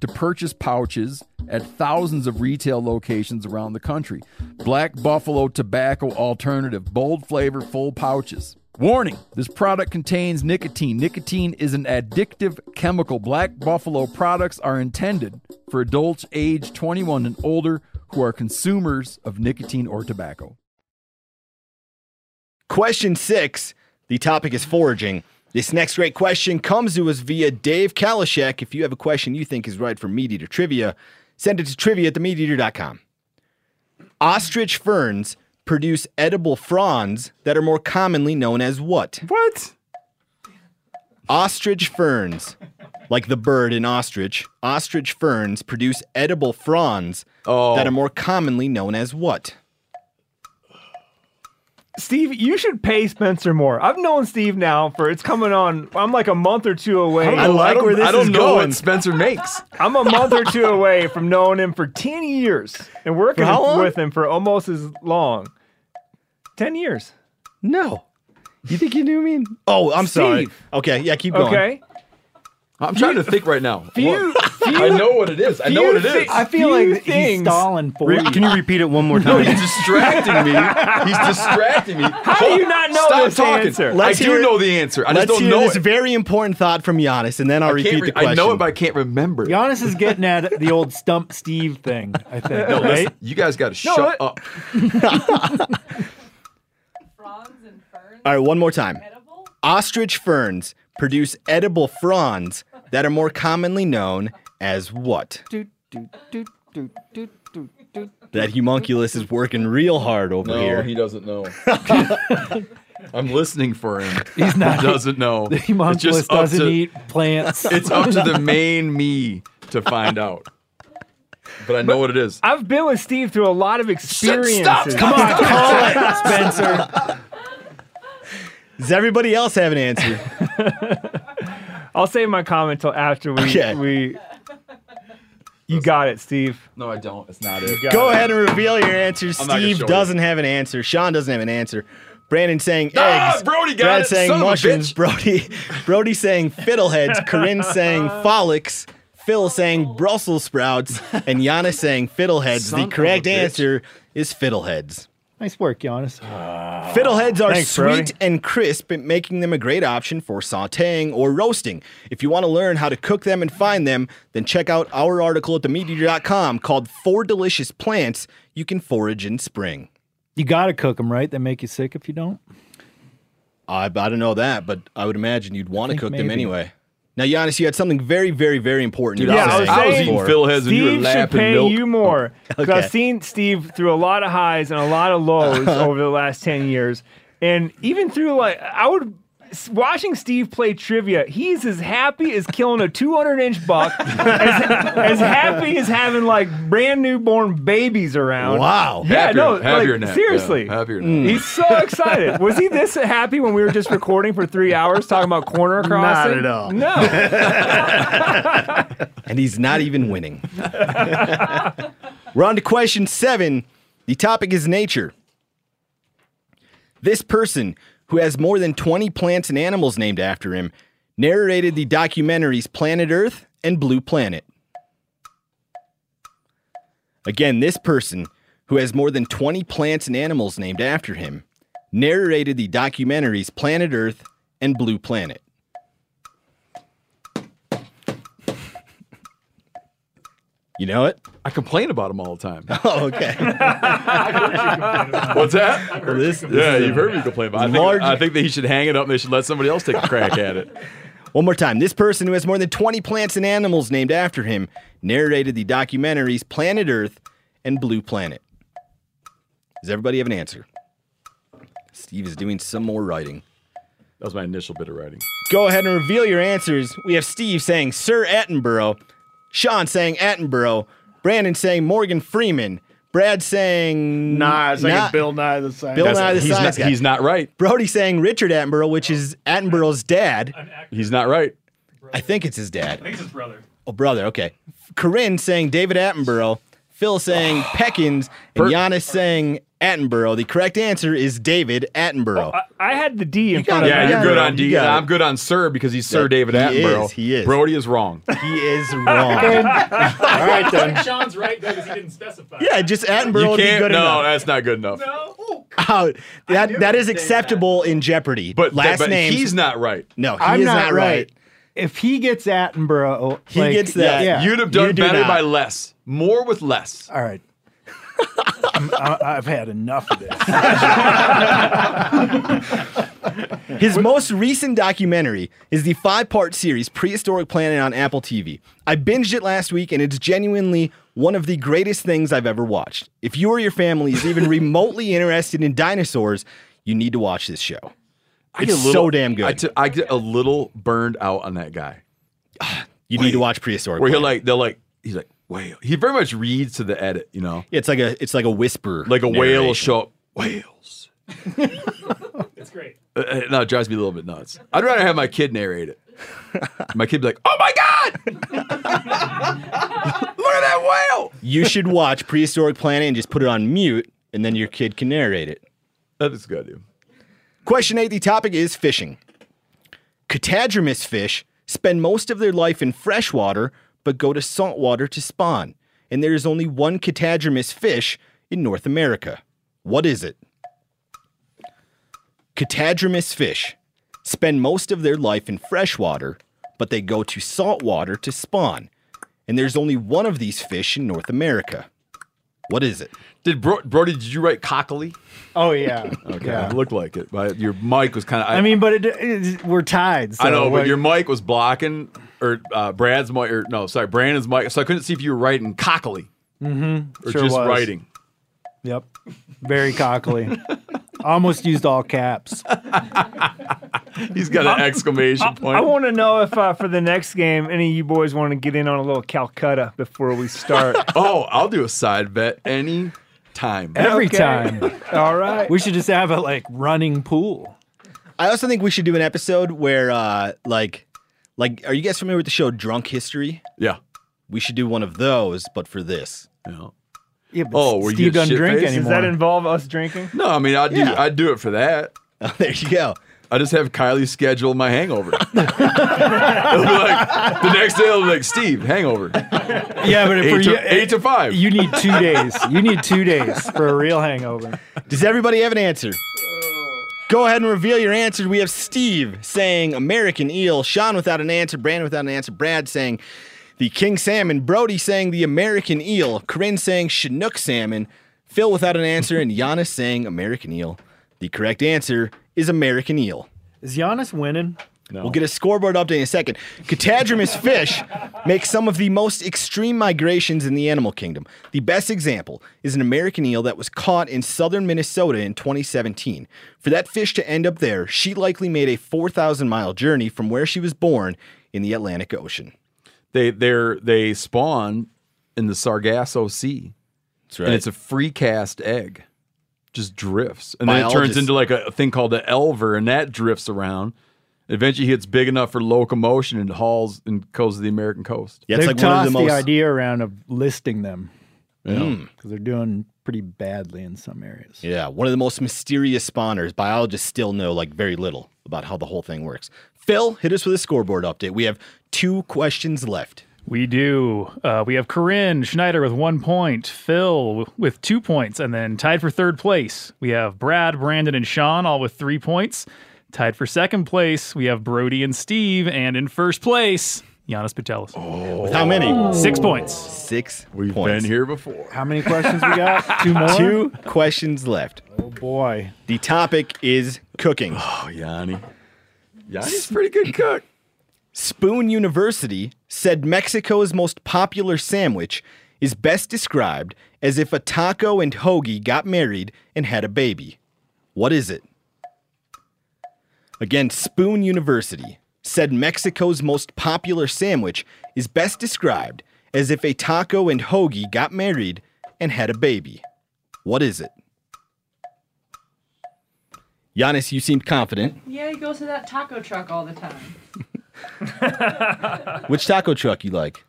[SPEAKER 1] to purchase pouches at thousands of retail locations around the country. Black Buffalo Tobacco Alternative, bold flavor, full pouches. Warning this product contains nicotine. Nicotine is an addictive chemical. Black Buffalo products are intended for adults age 21 and older who are consumers of nicotine or tobacco.
[SPEAKER 5] Question six. The topic is foraging. This next great question comes to us via Dave Kalashek. If you have a question you think is right for Meat Eater Trivia, send it to trivia at themeateater.com. Ostrich ferns produce edible fronds that are more commonly known as what?
[SPEAKER 17] What?
[SPEAKER 5] Ostrich ferns, like the bird in ostrich, ostrich ferns produce edible fronds
[SPEAKER 7] Oh.
[SPEAKER 5] that are more commonly known as what?
[SPEAKER 10] Steve, you should pay Spencer more. I've known Steve now for it's coming on. I'm like a month or two away.
[SPEAKER 7] I don't- I don't- I don't know what Spencer makes.
[SPEAKER 10] I'm a month or two away from knowing him for ten years and working
[SPEAKER 7] For how long?
[SPEAKER 10] with him for almost as long. Ten years.
[SPEAKER 17] No. You think you knew me?
[SPEAKER 5] Oh, I'm sorry.
[SPEAKER 10] Steve.
[SPEAKER 5] Okay, yeah, keep going.
[SPEAKER 10] Okay.
[SPEAKER 7] I'm trying to think right now.
[SPEAKER 10] Few,
[SPEAKER 7] I know what it is. I know what it is.
[SPEAKER 11] I feel
[SPEAKER 10] Few
[SPEAKER 11] like he's
[SPEAKER 10] things.
[SPEAKER 11] stalling for
[SPEAKER 7] Re-
[SPEAKER 11] you.
[SPEAKER 7] can you
[SPEAKER 9] repeat it one more
[SPEAKER 7] No, he's distracting me. He's distracting me.
[SPEAKER 10] How do you not know
[SPEAKER 7] Stop
[SPEAKER 10] this
[SPEAKER 7] talking.
[SPEAKER 10] answer?
[SPEAKER 7] I do know the answer. I just
[SPEAKER 5] let's
[SPEAKER 7] don't
[SPEAKER 5] hear
[SPEAKER 7] know
[SPEAKER 5] this
[SPEAKER 7] it.
[SPEAKER 5] very important thought from Giannis, and then I'll
[SPEAKER 7] I can't
[SPEAKER 5] repeat the
[SPEAKER 7] re-
[SPEAKER 5] question.
[SPEAKER 7] I know it, but I can't remember.
[SPEAKER 11] Giannis is getting at the old stump Steve thing, I think.
[SPEAKER 7] No,
[SPEAKER 11] right?
[SPEAKER 7] listen, you guys got to
[SPEAKER 11] No, what-
[SPEAKER 7] shut up.
[SPEAKER 5] All right, one more time. Ostrich ferns produce edible fronds that are more commonly known as what? That humunculus is working real hard over
[SPEAKER 7] No,
[SPEAKER 5] here.
[SPEAKER 7] he doesn't know. I'm listening for him.
[SPEAKER 11] He's not-
[SPEAKER 7] He doesn't know.
[SPEAKER 11] The
[SPEAKER 7] It's just
[SPEAKER 11] homunculus
[SPEAKER 7] up
[SPEAKER 11] doesn't
[SPEAKER 7] to-
[SPEAKER 11] eat plants.
[SPEAKER 7] It's up to the main me to find out. But I know what it is.
[SPEAKER 10] I've been with Steve through a lot of experiences.
[SPEAKER 7] Come
[SPEAKER 10] on,
[SPEAKER 5] Spencer. Does everybody else have an answer?
[SPEAKER 10] I'll save my comment till after we
[SPEAKER 5] Okay.
[SPEAKER 10] we. You got it, Steve.
[SPEAKER 7] No, I don't. It's not it.
[SPEAKER 5] Go ahead and reveal your answers.
[SPEAKER 7] I'm not gonna
[SPEAKER 5] Steve
[SPEAKER 7] show you.
[SPEAKER 5] doesn't have an answer. Sean doesn't have an answer. Brandon saying
[SPEAKER 7] Ah,
[SPEAKER 5] eggs.
[SPEAKER 7] Brody got
[SPEAKER 5] Brad
[SPEAKER 7] it,
[SPEAKER 5] saying
[SPEAKER 7] son of a
[SPEAKER 5] mushrooms. Brody, Brody saying fiddleheads. Corinne saying folics. Phil saying Brussels sprouts. And Giannis saying fiddleheads.
[SPEAKER 11] Son of
[SPEAKER 5] the
[SPEAKER 11] a
[SPEAKER 5] correct
[SPEAKER 11] bitch.
[SPEAKER 5] answer is fiddleheads.
[SPEAKER 11] Nice work, Giannis.
[SPEAKER 5] Fiddleheads are
[SPEAKER 11] Thanks,
[SPEAKER 5] sweet
[SPEAKER 11] Brody.
[SPEAKER 5] and crisp, making them a great option for sauteing or roasting. If you want to learn how to cook them and find them, then check out our article at themeateater.com called Four Delicious Plants You Can Forage in Spring.
[SPEAKER 11] You got to cook them, right? They make you sick if you don't.
[SPEAKER 5] I, I don't know that, but I would imagine you'd want to
[SPEAKER 11] think
[SPEAKER 5] cook them
[SPEAKER 11] maybe.
[SPEAKER 5] anyway. Now, Giannis, you had something very, very, very important.
[SPEAKER 10] Dude,
[SPEAKER 5] you
[SPEAKER 10] I
[SPEAKER 5] were
[SPEAKER 10] was
[SPEAKER 5] saying
[SPEAKER 10] saying-
[SPEAKER 5] before.
[SPEAKER 10] Steve should pay you more. 'Cause
[SPEAKER 5] Oh, Okay. Uh-huh.
[SPEAKER 10] I've seen Steve through a lot of highs and a lot of lows over the last 10 years. And even through like I would watching Steve play trivia, he's as happy as killing a 200 inch buck, as, as happy as having like brand new born babies around.
[SPEAKER 7] Wow.
[SPEAKER 10] Yeah,
[SPEAKER 7] Happier-
[SPEAKER 10] no,
[SPEAKER 7] happier
[SPEAKER 10] like,
[SPEAKER 7] than that,
[SPEAKER 10] seriously.
[SPEAKER 7] yeah, happier than
[SPEAKER 10] Mm.
[SPEAKER 7] that.
[SPEAKER 10] He's so excited. Was he this happy when we were just recording for three hours talking about corner crossing?
[SPEAKER 5] at all.
[SPEAKER 10] No.
[SPEAKER 5] and he's not even winning. We're on to question seven. The topic is nature. This person, who has more than 20 plants and animals named after him, narrated the documentaries Planet Earth and Blue Planet. Again, this person, who has more than 20 plants and animals named after him, narrated the documentaries Planet Earth and Blue Planet. You know it?
[SPEAKER 7] I complain about them all the time.
[SPEAKER 5] Oh, okay.
[SPEAKER 7] What's that?
[SPEAKER 5] This- this
[SPEAKER 7] yeah,
[SPEAKER 5] is a-
[SPEAKER 7] you've heard me complain about. it. I think,
[SPEAKER 5] large-
[SPEAKER 7] I think that he should hang it up and they should let somebody else take a crack at it.
[SPEAKER 5] One more time. This person who has more than 20 plants and animals named after him narrated the documentaries Planet Earth and Blue Planet. Does everybody have an answer? Steve is doing some more writing.
[SPEAKER 7] That was my initial bit of writing.
[SPEAKER 5] Go ahead and reveal your answers. We have Steve saying Sir Attenborough, Sean saying Attenborough, Brandon saying Morgan Freeman, Brad saying
[SPEAKER 8] Nah, it's like
[SPEAKER 5] Nah-
[SPEAKER 8] a Bill Nye the Science.
[SPEAKER 5] Bill
[SPEAKER 8] Guy.
[SPEAKER 5] Nye the
[SPEAKER 7] he's
[SPEAKER 5] Science
[SPEAKER 7] not-
[SPEAKER 5] Guy.
[SPEAKER 7] he's not right.
[SPEAKER 5] Brody saying Richard Attenborough, which is Attenborough's dad.
[SPEAKER 7] He's not right.
[SPEAKER 5] I think it's his dad. I think
[SPEAKER 8] it's his brother.
[SPEAKER 5] Oh, brother. Okay. Corinne saying David Attenborough. Phil saying Peckins. And Giannis saying Attenborough. The correct answer is David Attenborough.
[SPEAKER 7] Oh,
[SPEAKER 10] I had the D in front of
[SPEAKER 7] Yeah,
[SPEAKER 10] me.
[SPEAKER 7] you're good on D.
[SPEAKER 5] You got it.
[SPEAKER 7] I'm good on Sir because he's Sir
[SPEAKER 5] Yeah,
[SPEAKER 7] David
[SPEAKER 5] he
[SPEAKER 7] Attenborough.
[SPEAKER 5] is, he is.
[SPEAKER 7] Brody is wrong.
[SPEAKER 5] he is wrong.
[SPEAKER 8] All
[SPEAKER 5] right, then.
[SPEAKER 8] Sean's right though because he didn't specify.
[SPEAKER 5] yeah, just Attenborough
[SPEAKER 7] you
[SPEAKER 5] would be
[SPEAKER 7] can't.
[SPEAKER 5] good
[SPEAKER 7] no,
[SPEAKER 5] enough.
[SPEAKER 7] that's not good enough.
[SPEAKER 5] Out. that that is acceptable in Jeopardy.
[SPEAKER 7] But
[SPEAKER 5] last
[SPEAKER 7] but
[SPEAKER 5] names.
[SPEAKER 7] he's not right.
[SPEAKER 5] no, he
[SPEAKER 11] I'm
[SPEAKER 5] is
[SPEAKER 11] not,
[SPEAKER 5] not
[SPEAKER 11] right.
[SPEAKER 5] right.
[SPEAKER 11] If he gets Attenborough, Oh,
[SPEAKER 5] He
[SPEAKER 11] like,
[SPEAKER 5] gets that.
[SPEAKER 11] Yeah.
[SPEAKER 7] You'd have done
[SPEAKER 5] You do
[SPEAKER 7] better
[SPEAKER 5] not.
[SPEAKER 7] by less. More with less.
[SPEAKER 11] All right. I'm, I, I've had enough of this.
[SPEAKER 5] His most recent documentary is the five part series Prehistoric Planet on Apple TV. I binged it last week and it's genuinely one of the greatest things I've ever watched. If you or your family is even remotely interested in dinosaurs, you need to watch this show.
[SPEAKER 7] I
[SPEAKER 5] It's
[SPEAKER 7] get a little-
[SPEAKER 5] so damn good.
[SPEAKER 7] I, t- I get a little burned out on that guy.
[SPEAKER 5] you need to watch Prehistoric
[SPEAKER 7] Where he'll
[SPEAKER 5] Planet.
[SPEAKER 7] like, they'll like, he's like, whale. He very much reads to the edit, you know?
[SPEAKER 5] it's like a it's like a whisper.
[SPEAKER 7] Like a whale will
[SPEAKER 5] narration.
[SPEAKER 7] show up, whales.
[SPEAKER 8] it's great.
[SPEAKER 7] Uh, uh, no, it drives me a little bit nuts. I'd rather have my kid narrate it. my kid be like, oh my God! Look at that whale!
[SPEAKER 5] You should watch Prehistoric Planet and just put it on mute and then your kid can narrate it.
[SPEAKER 7] That is good, dude.
[SPEAKER 5] Question eight the topic is fishing. Catadromous fish spend most of their life in freshwater but go to saltwater to spawn. And there is only one catadromous fish in North America. What is it? Catadromous fish spend most of their life in freshwater but they go to saltwater to spawn. And there's only one of these fish in North America. What is it?
[SPEAKER 7] Did Bro- Brody, did you write cockily?
[SPEAKER 11] Oh yeah.
[SPEAKER 7] Okay,
[SPEAKER 11] Yeah.
[SPEAKER 7] it looked like it, but your mic was kind of. I,
[SPEAKER 11] I mean, but it, it, we're tied. So
[SPEAKER 7] I know, but
[SPEAKER 11] like,
[SPEAKER 7] your mic was blocking, or uh, Brad's mic, or no, sorry, Brandon's mic. So I couldn't see if you were writing cockily
[SPEAKER 11] Mhm,
[SPEAKER 7] or
[SPEAKER 11] sure
[SPEAKER 7] just
[SPEAKER 11] was.
[SPEAKER 7] writing.
[SPEAKER 11] Yep. Very cockily. Almost used all caps.
[SPEAKER 7] He's got an exclamation point.
[SPEAKER 10] I want to know if uh, for the next game, any of you boys want to get in on a little Calcutta before we start.
[SPEAKER 7] oh, I'll do a side bet any time.
[SPEAKER 11] Every
[SPEAKER 10] Okay.
[SPEAKER 11] time.
[SPEAKER 10] All right.
[SPEAKER 11] We should just have a like running pool.
[SPEAKER 5] I also think we should do an episode where, uh, like, like, are you guys familiar with the show Drunk History?
[SPEAKER 7] Yeah.
[SPEAKER 5] We should do one of those, but for this.
[SPEAKER 7] Yeah.
[SPEAKER 11] Yeah, but
[SPEAKER 7] Oh, were you
[SPEAKER 11] Steve doesn't
[SPEAKER 7] shit
[SPEAKER 11] drink
[SPEAKER 7] faced?
[SPEAKER 10] Does
[SPEAKER 11] anymore.
[SPEAKER 10] that involve us drinking?
[SPEAKER 7] No, I mean I do.
[SPEAKER 5] Yeah.
[SPEAKER 7] I would do it for that.
[SPEAKER 5] there you go.
[SPEAKER 7] I just have Kylie schedule my hangover. It'll be like, the next day, it'll be like Steve hangover.
[SPEAKER 11] yeah, but
[SPEAKER 7] Eight
[SPEAKER 11] if
[SPEAKER 7] to,
[SPEAKER 11] you,
[SPEAKER 7] eight to five.
[SPEAKER 11] you need two days. You need two days for a real hangover.
[SPEAKER 5] Does everybody have an answer? Go ahead and reveal your answers. We have Steve saying American eel, Sean without an answer, Brandon without an answer, Brad saying the king salmon, Brody saying the American eel, Corinne saying Chinook salmon, Phil without an answer, and Giannis saying American eel. The correct answer is American eel.
[SPEAKER 11] Is Giannis winning?
[SPEAKER 5] We'll get a scoreboard update in a second. Catadromous fish make some of the most extreme migrations in the animal kingdom. The best example is an American eel that was caught in southern Minnesota in 2017. For that fish to end up there, she likely made a 4,000 mile journey from where she was born in the Atlantic Ocean.
[SPEAKER 7] They they're they spawn in the Sargasso Sea.
[SPEAKER 5] That's right.
[SPEAKER 7] And it's a free cast egg. Just drifts. And then it turns
[SPEAKER 5] Biologists-
[SPEAKER 7] into like a, a thing called the elver, and that drifts around. Eventually gets big enough for locomotion and hauls and goes to the American coast.
[SPEAKER 11] They've tossed the, idea around of listing them
[SPEAKER 7] Yeah.
[SPEAKER 11] because they're doing pretty badly in some areas.
[SPEAKER 5] Yeah, one of the most mysterious spawners. Biologists still know like very little about how the whole thing works. Phil, hit us with a scoreboard update. We have two questions left.
[SPEAKER 6] We do. Uh, we have Corinne Schneider with one point, Phil with two points, and then tied for third place, we have Brad, Brandon, and Sean all with three points. Tied for second place, we have Brody and Steve, and in first place, Giannis Patelis. Oh.
[SPEAKER 5] With how many?
[SPEAKER 6] Six points.
[SPEAKER 5] Six
[SPEAKER 7] We've
[SPEAKER 5] points.
[SPEAKER 7] been here before.
[SPEAKER 11] How many questions we got? Two more?
[SPEAKER 5] Two questions left.
[SPEAKER 11] Oh boy.
[SPEAKER 5] The topic is cooking.
[SPEAKER 7] Oh, Yanni.
[SPEAKER 5] Yanni's
[SPEAKER 7] pretty good cook.
[SPEAKER 5] Spoon University said Mexico's most popular sandwich is best described as if a taco and hoagie got married and had a baby. What is it? Again, Spoon University said Mexico's most popular sandwich is best described as if a taco and hoagie got married and had a baby. What is it? Giannis, you seemed confident.
[SPEAKER 13] Yeah, he goes to that taco truck all the time.
[SPEAKER 5] Which taco truck you like?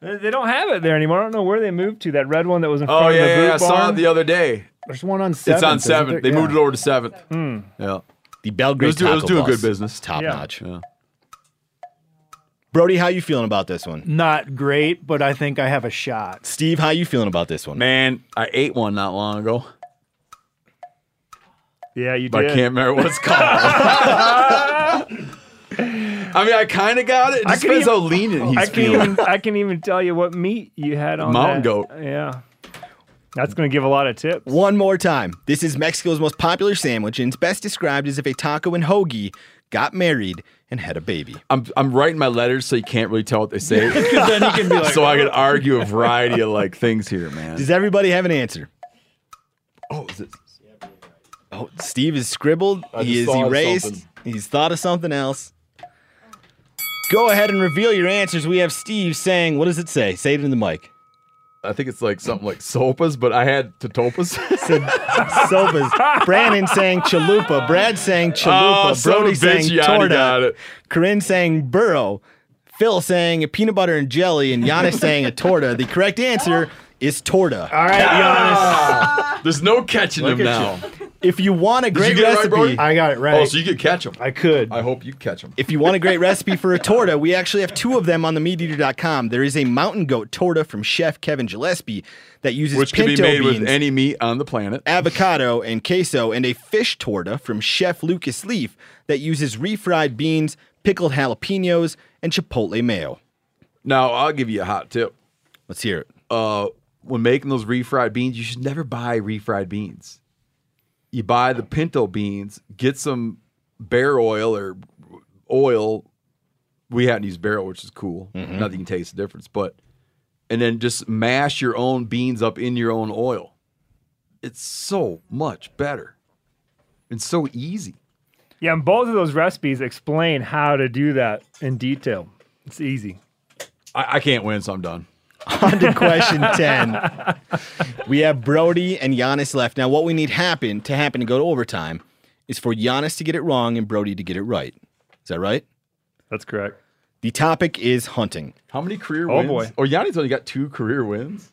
[SPEAKER 10] They they don't have it there anymore. I don't know where they moved to. That red one that was in front
[SPEAKER 7] Oh
[SPEAKER 10] of
[SPEAKER 7] yeah,
[SPEAKER 10] the
[SPEAKER 7] yeah,
[SPEAKER 10] boot
[SPEAKER 7] yeah, I saw
[SPEAKER 10] barn.
[SPEAKER 7] it the other day.
[SPEAKER 11] There's one on
[SPEAKER 7] it's on seventh. They moved it
[SPEAKER 10] over.
[SPEAKER 7] over to seventh.
[SPEAKER 5] Hmm.
[SPEAKER 7] Yeah.
[SPEAKER 5] The Belgrade
[SPEAKER 7] Let's do,
[SPEAKER 5] Taco
[SPEAKER 7] let's do a
[SPEAKER 5] Bus.
[SPEAKER 7] good business.
[SPEAKER 5] Top notch.
[SPEAKER 7] Yeah.
[SPEAKER 5] Brody, how you feeling about this one?
[SPEAKER 11] Not great, but I think I have a shot.
[SPEAKER 5] Steve, how you feeling about this one?
[SPEAKER 7] Man, I ate one not long ago.
[SPEAKER 10] Yeah, you
[SPEAKER 7] But I can't remember what it's called. I mean, I kind of got it. It
[SPEAKER 10] I
[SPEAKER 7] just
[SPEAKER 10] can
[SPEAKER 5] e-
[SPEAKER 7] depends how
[SPEAKER 10] even-
[SPEAKER 7] lean it he's
[SPEAKER 10] I can
[SPEAKER 7] feeling.
[SPEAKER 10] even I can even tell you what meat you had on
[SPEAKER 5] Mountain
[SPEAKER 10] that.
[SPEAKER 5] goat.
[SPEAKER 10] Yeah, that's gonna give a lot of tips.
[SPEAKER 5] One more time. This is Mexico's most popular sandwich, and it's best described as if a taco and hoagie got married and had a baby.
[SPEAKER 7] I'm I'm writing my letters so you can't really tell what they say.
[SPEAKER 5] 'Cause then he can be like- "Oh."
[SPEAKER 7] so I can argue a variety of like things here, man.
[SPEAKER 5] Does everybody have an answer?
[SPEAKER 7] Oh, is it?
[SPEAKER 5] Oh, Steve has scribbled.
[SPEAKER 7] I
[SPEAKER 5] he
[SPEAKER 7] just
[SPEAKER 5] is
[SPEAKER 7] thought of
[SPEAKER 5] erased.
[SPEAKER 7] something.
[SPEAKER 5] He's thought of something else. Go ahead and reveal your answers. We have Steve saying, "What does it say?" Say it in the mic.
[SPEAKER 7] I think it's like something like sopas, but I had totopas.
[SPEAKER 5] Sopas. Brandon saying chalupa. Brad saying chalupa.
[SPEAKER 7] Oh, son of a
[SPEAKER 5] Brody saying
[SPEAKER 7] bitch, you already
[SPEAKER 5] torta.
[SPEAKER 7] got it.
[SPEAKER 5] Corinne saying burro. Phil saying a peanut butter and jelly, and Giannis saying a torta. The correct answer is torta. All
[SPEAKER 11] right,
[SPEAKER 7] There's no catching
[SPEAKER 5] Look
[SPEAKER 7] him
[SPEAKER 5] at
[SPEAKER 7] now.
[SPEAKER 5] If you want a
[SPEAKER 7] Did you
[SPEAKER 5] great
[SPEAKER 7] get it right,
[SPEAKER 5] recipe,
[SPEAKER 7] Brody? I
[SPEAKER 11] got it
[SPEAKER 7] Oh, so you could catch him.
[SPEAKER 11] I could.
[SPEAKER 7] I hope you catch him.
[SPEAKER 5] If you want a great recipe for a torta, we actually have two of them on themeateater.com. There is a mountain goat torta from chef Kevin Gillespie that uses
[SPEAKER 7] Which can
[SPEAKER 5] pinto
[SPEAKER 7] be made
[SPEAKER 5] beans,
[SPEAKER 7] with any meat on the planet.
[SPEAKER 5] avocado, and queso, and a fish torta from chef Lucas Leaf that uses refried beans, pickled jalapenos, and chipotle mayo.
[SPEAKER 7] Now, I'll give you a hot tip.
[SPEAKER 5] Let's hear it.
[SPEAKER 7] Uh, when making those refried beans, you should never buy refried beans. You buy the pinto beans, get some bear oil or oil. We hadn't used barrel, which is cool.
[SPEAKER 5] Mm-hmm.
[SPEAKER 7] Not that you can taste the difference, but and then just mash your own beans up in your own oil. It's so much better and so easy.
[SPEAKER 10] Yeah, and both of those recipes explain how to do that in detail. It's easy.
[SPEAKER 7] I, I can't win, so I'm done.
[SPEAKER 5] On to question 10. We have Brody and Giannis left. Now, what we need happen to happen to go to overtime is for Giannis to get it wrong and Brody to get it right. Is that right?
[SPEAKER 10] That's correct.
[SPEAKER 5] The topic is hunting.
[SPEAKER 7] How many career
[SPEAKER 5] Oh,
[SPEAKER 7] wins?
[SPEAKER 5] boy.
[SPEAKER 7] Oh, Yanni's only got two career wins.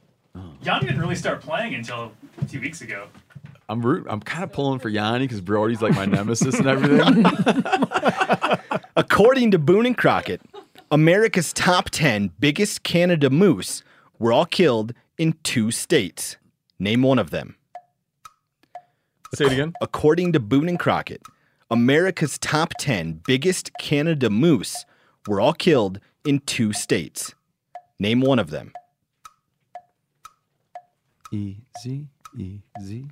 [SPEAKER 6] Jan didn't really start playing until a few weeks ago.
[SPEAKER 7] I'm rooting. I'm kind of pulling for Yanni because Brody's like my nemesis and everything.
[SPEAKER 5] According to Boone and Crockett, America's top 10 biggest Canada moose were all killed in two states. Name one of them.
[SPEAKER 7] Say it again.
[SPEAKER 5] According to Boone and Crockett, America's top 10 biggest Canada moose were all killed in two states. Name one of them.
[SPEAKER 7] Easy.
[SPEAKER 1] easy.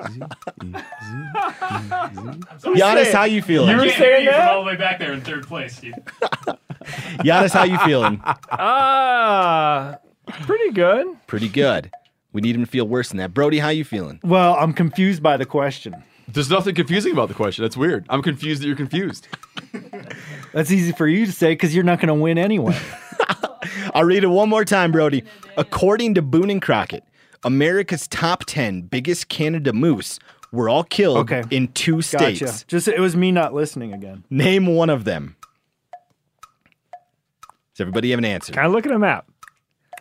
[SPEAKER 5] Giannis, how you feeling?
[SPEAKER 18] You were
[SPEAKER 5] Can't
[SPEAKER 18] saying
[SPEAKER 5] be from
[SPEAKER 18] that?
[SPEAKER 5] all
[SPEAKER 18] all the way back there in third place, dude.
[SPEAKER 5] Giannis, how you feeling?
[SPEAKER 10] Ah, pretty good.
[SPEAKER 5] Pretty good. We need him to feel worse than that. Brody, how you feeling?
[SPEAKER 7] Well, I'm confused by the question.
[SPEAKER 1] There's nothing confusing about the question. That's weird. I'm confused that you're confused.
[SPEAKER 7] That's easy for you to say because you're not going to win anyway.
[SPEAKER 5] I'll read it one more time, Brody. According to Boone and Crockett, America's top 10 biggest Canada moose were all killed
[SPEAKER 7] Okay.
[SPEAKER 5] in two states.
[SPEAKER 7] Gotcha. Just it was me not listening again.
[SPEAKER 5] Name one of them. Does everybody have an answer? Can
[SPEAKER 10] I look at a map?
[SPEAKER 5] A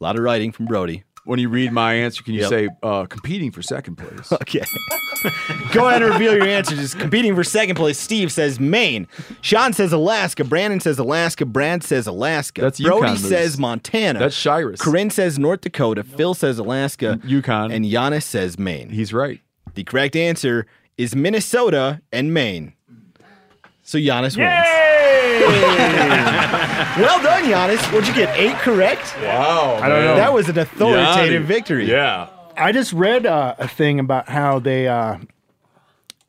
[SPEAKER 5] lot of writing from Brody.
[SPEAKER 1] When you read my answer, can you
[SPEAKER 5] Yep.
[SPEAKER 1] say uh, competing for second place?
[SPEAKER 5] okay. Go ahead and reveal your answers. Just competing for second place. Steve says Maine. Sean says Alaska. Brandon says Alaska. Brad says Alaska.
[SPEAKER 1] That's
[SPEAKER 5] Brody
[SPEAKER 1] Yukon moose.
[SPEAKER 5] says Montana.
[SPEAKER 1] That's Shiras.
[SPEAKER 5] Corinne says North Dakota. Phil says Alaska.
[SPEAKER 1] Yukon.
[SPEAKER 5] And Giannis says Maine.
[SPEAKER 1] He's right.
[SPEAKER 5] The correct answer is Minnesota and Maine. So Giannis wins. well done, Giannis. What'd you get? Eight correct?
[SPEAKER 1] Wow.
[SPEAKER 7] I don't man. know.
[SPEAKER 5] That was an authoritative victory.
[SPEAKER 1] Yeah.
[SPEAKER 7] I just read uh, a thing about how they, uh,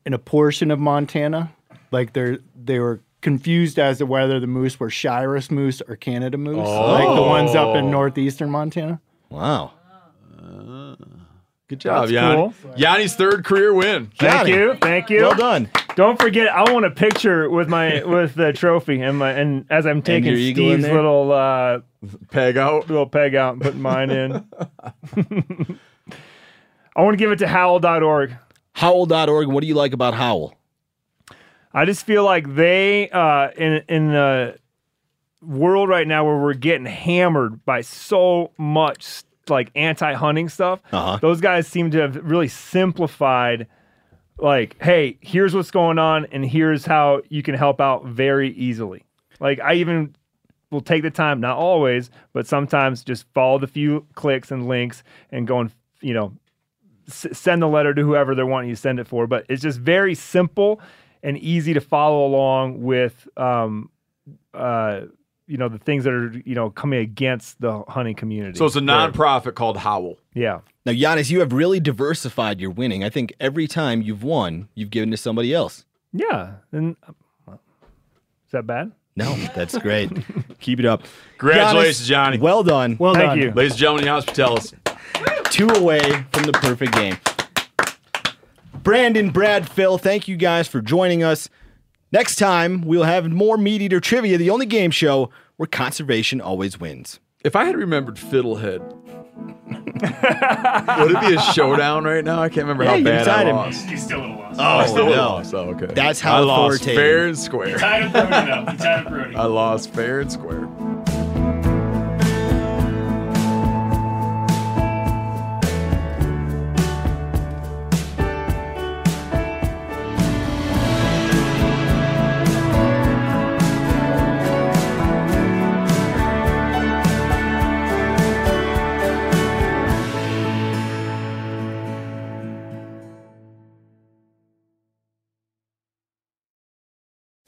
[SPEAKER 7] in a portion of Montana, like they they were confused as to whether the moose were Shiras moose or Canada moose, like the ones up in
[SPEAKER 1] Oh.
[SPEAKER 7] northeastern Montana.
[SPEAKER 5] Wow.
[SPEAKER 1] Good job,
[SPEAKER 7] That's
[SPEAKER 1] Uh, Yanni. Yanni's third career win.
[SPEAKER 10] Thank you, thank you.
[SPEAKER 1] Well done.
[SPEAKER 10] Don't forget, I want a picture with my with the trophy and my and as I'm taking
[SPEAKER 5] your eagle in
[SPEAKER 10] Steve's
[SPEAKER 5] there?
[SPEAKER 10] little uh,
[SPEAKER 1] peg out,
[SPEAKER 10] little peg out, and putting mine in. I want to give it to Howl.org.
[SPEAKER 5] Howl.org. What do you like about Howl?
[SPEAKER 10] I just feel like they uh, in in the world right now where we're getting hammered by so much like anti-hunting stuff.
[SPEAKER 5] Uh-huh.
[SPEAKER 10] Those guys seem to have really simplified like, hey, here's what's going on and here's how you can help out very easily. Like I even will take the time, not always, but sometimes just follow the few clicks and links and go and, you know, s- send the letter to whoever they're wanting you to send it for. But it's just very simple and easy to follow along with, um, uh, you know, the things that are, you know, coming against the hunting community.
[SPEAKER 1] So it's a
[SPEAKER 10] There.
[SPEAKER 1] nonprofit called Howl.
[SPEAKER 10] Yeah.
[SPEAKER 5] Now, Giannis, you have really diversified your winning. I think every time you've won, you've given to somebody else.
[SPEAKER 10] Yeah. And is that bad?
[SPEAKER 5] No, that's great. Keep it up.
[SPEAKER 1] Congratulations,
[SPEAKER 5] Giannis,
[SPEAKER 1] Johnny.
[SPEAKER 5] Well done.
[SPEAKER 10] Well Thank done. you.
[SPEAKER 1] Ladies and gentlemen, Giannis Patelis.
[SPEAKER 5] Two away from the perfect game. Brandon, Brad, Phil, thank you guys for joining us. Next time, we'll have more Meat Eater Trivia, the only game show where conservation always wins.
[SPEAKER 1] If I had remembered Fiddlehead, would it be a showdown right now? I can't remember
[SPEAKER 5] Yeah,
[SPEAKER 1] how
[SPEAKER 5] you
[SPEAKER 1] bad
[SPEAKER 5] tied
[SPEAKER 1] I
[SPEAKER 5] him.
[SPEAKER 1] lost.
[SPEAKER 19] He's still in a loss.
[SPEAKER 1] I still
[SPEAKER 5] no.
[SPEAKER 1] lost. Oh, okay.
[SPEAKER 5] That's how
[SPEAKER 1] I lost
[SPEAKER 5] authoritative.
[SPEAKER 1] fair and square.
[SPEAKER 19] Tied up Brody though. He tied up Brody.
[SPEAKER 1] I lost fair and square.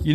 [SPEAKER 1] You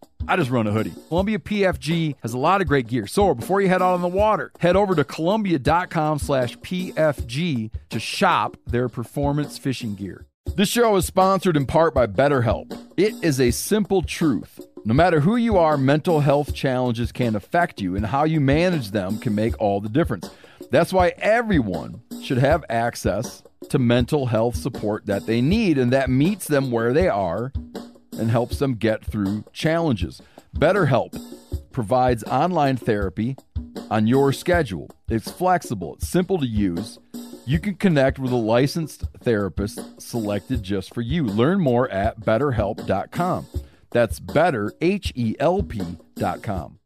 [SPEAKER 1] I just run a hoodie. Columbia PFG has a lot of great gear. So before you head out on the water, head over to Columbia.com slash PFG to shop their performance fishing gear. This show is sponsored in part by BetterHelp. It is a simple truth. No matter who you are, mental health challenges can affect you, and how you manage them can make all the difference. That's why everyone should have access to mental health support that they need and that meets them where they are and helps them get through challenges. BetterHelp provides online therapy on your schedule. It's flexible, it's simple to use. You can connect with a licensed therapist selected just for you. Learn more at betterhelp.com. That's better, H E L P.com.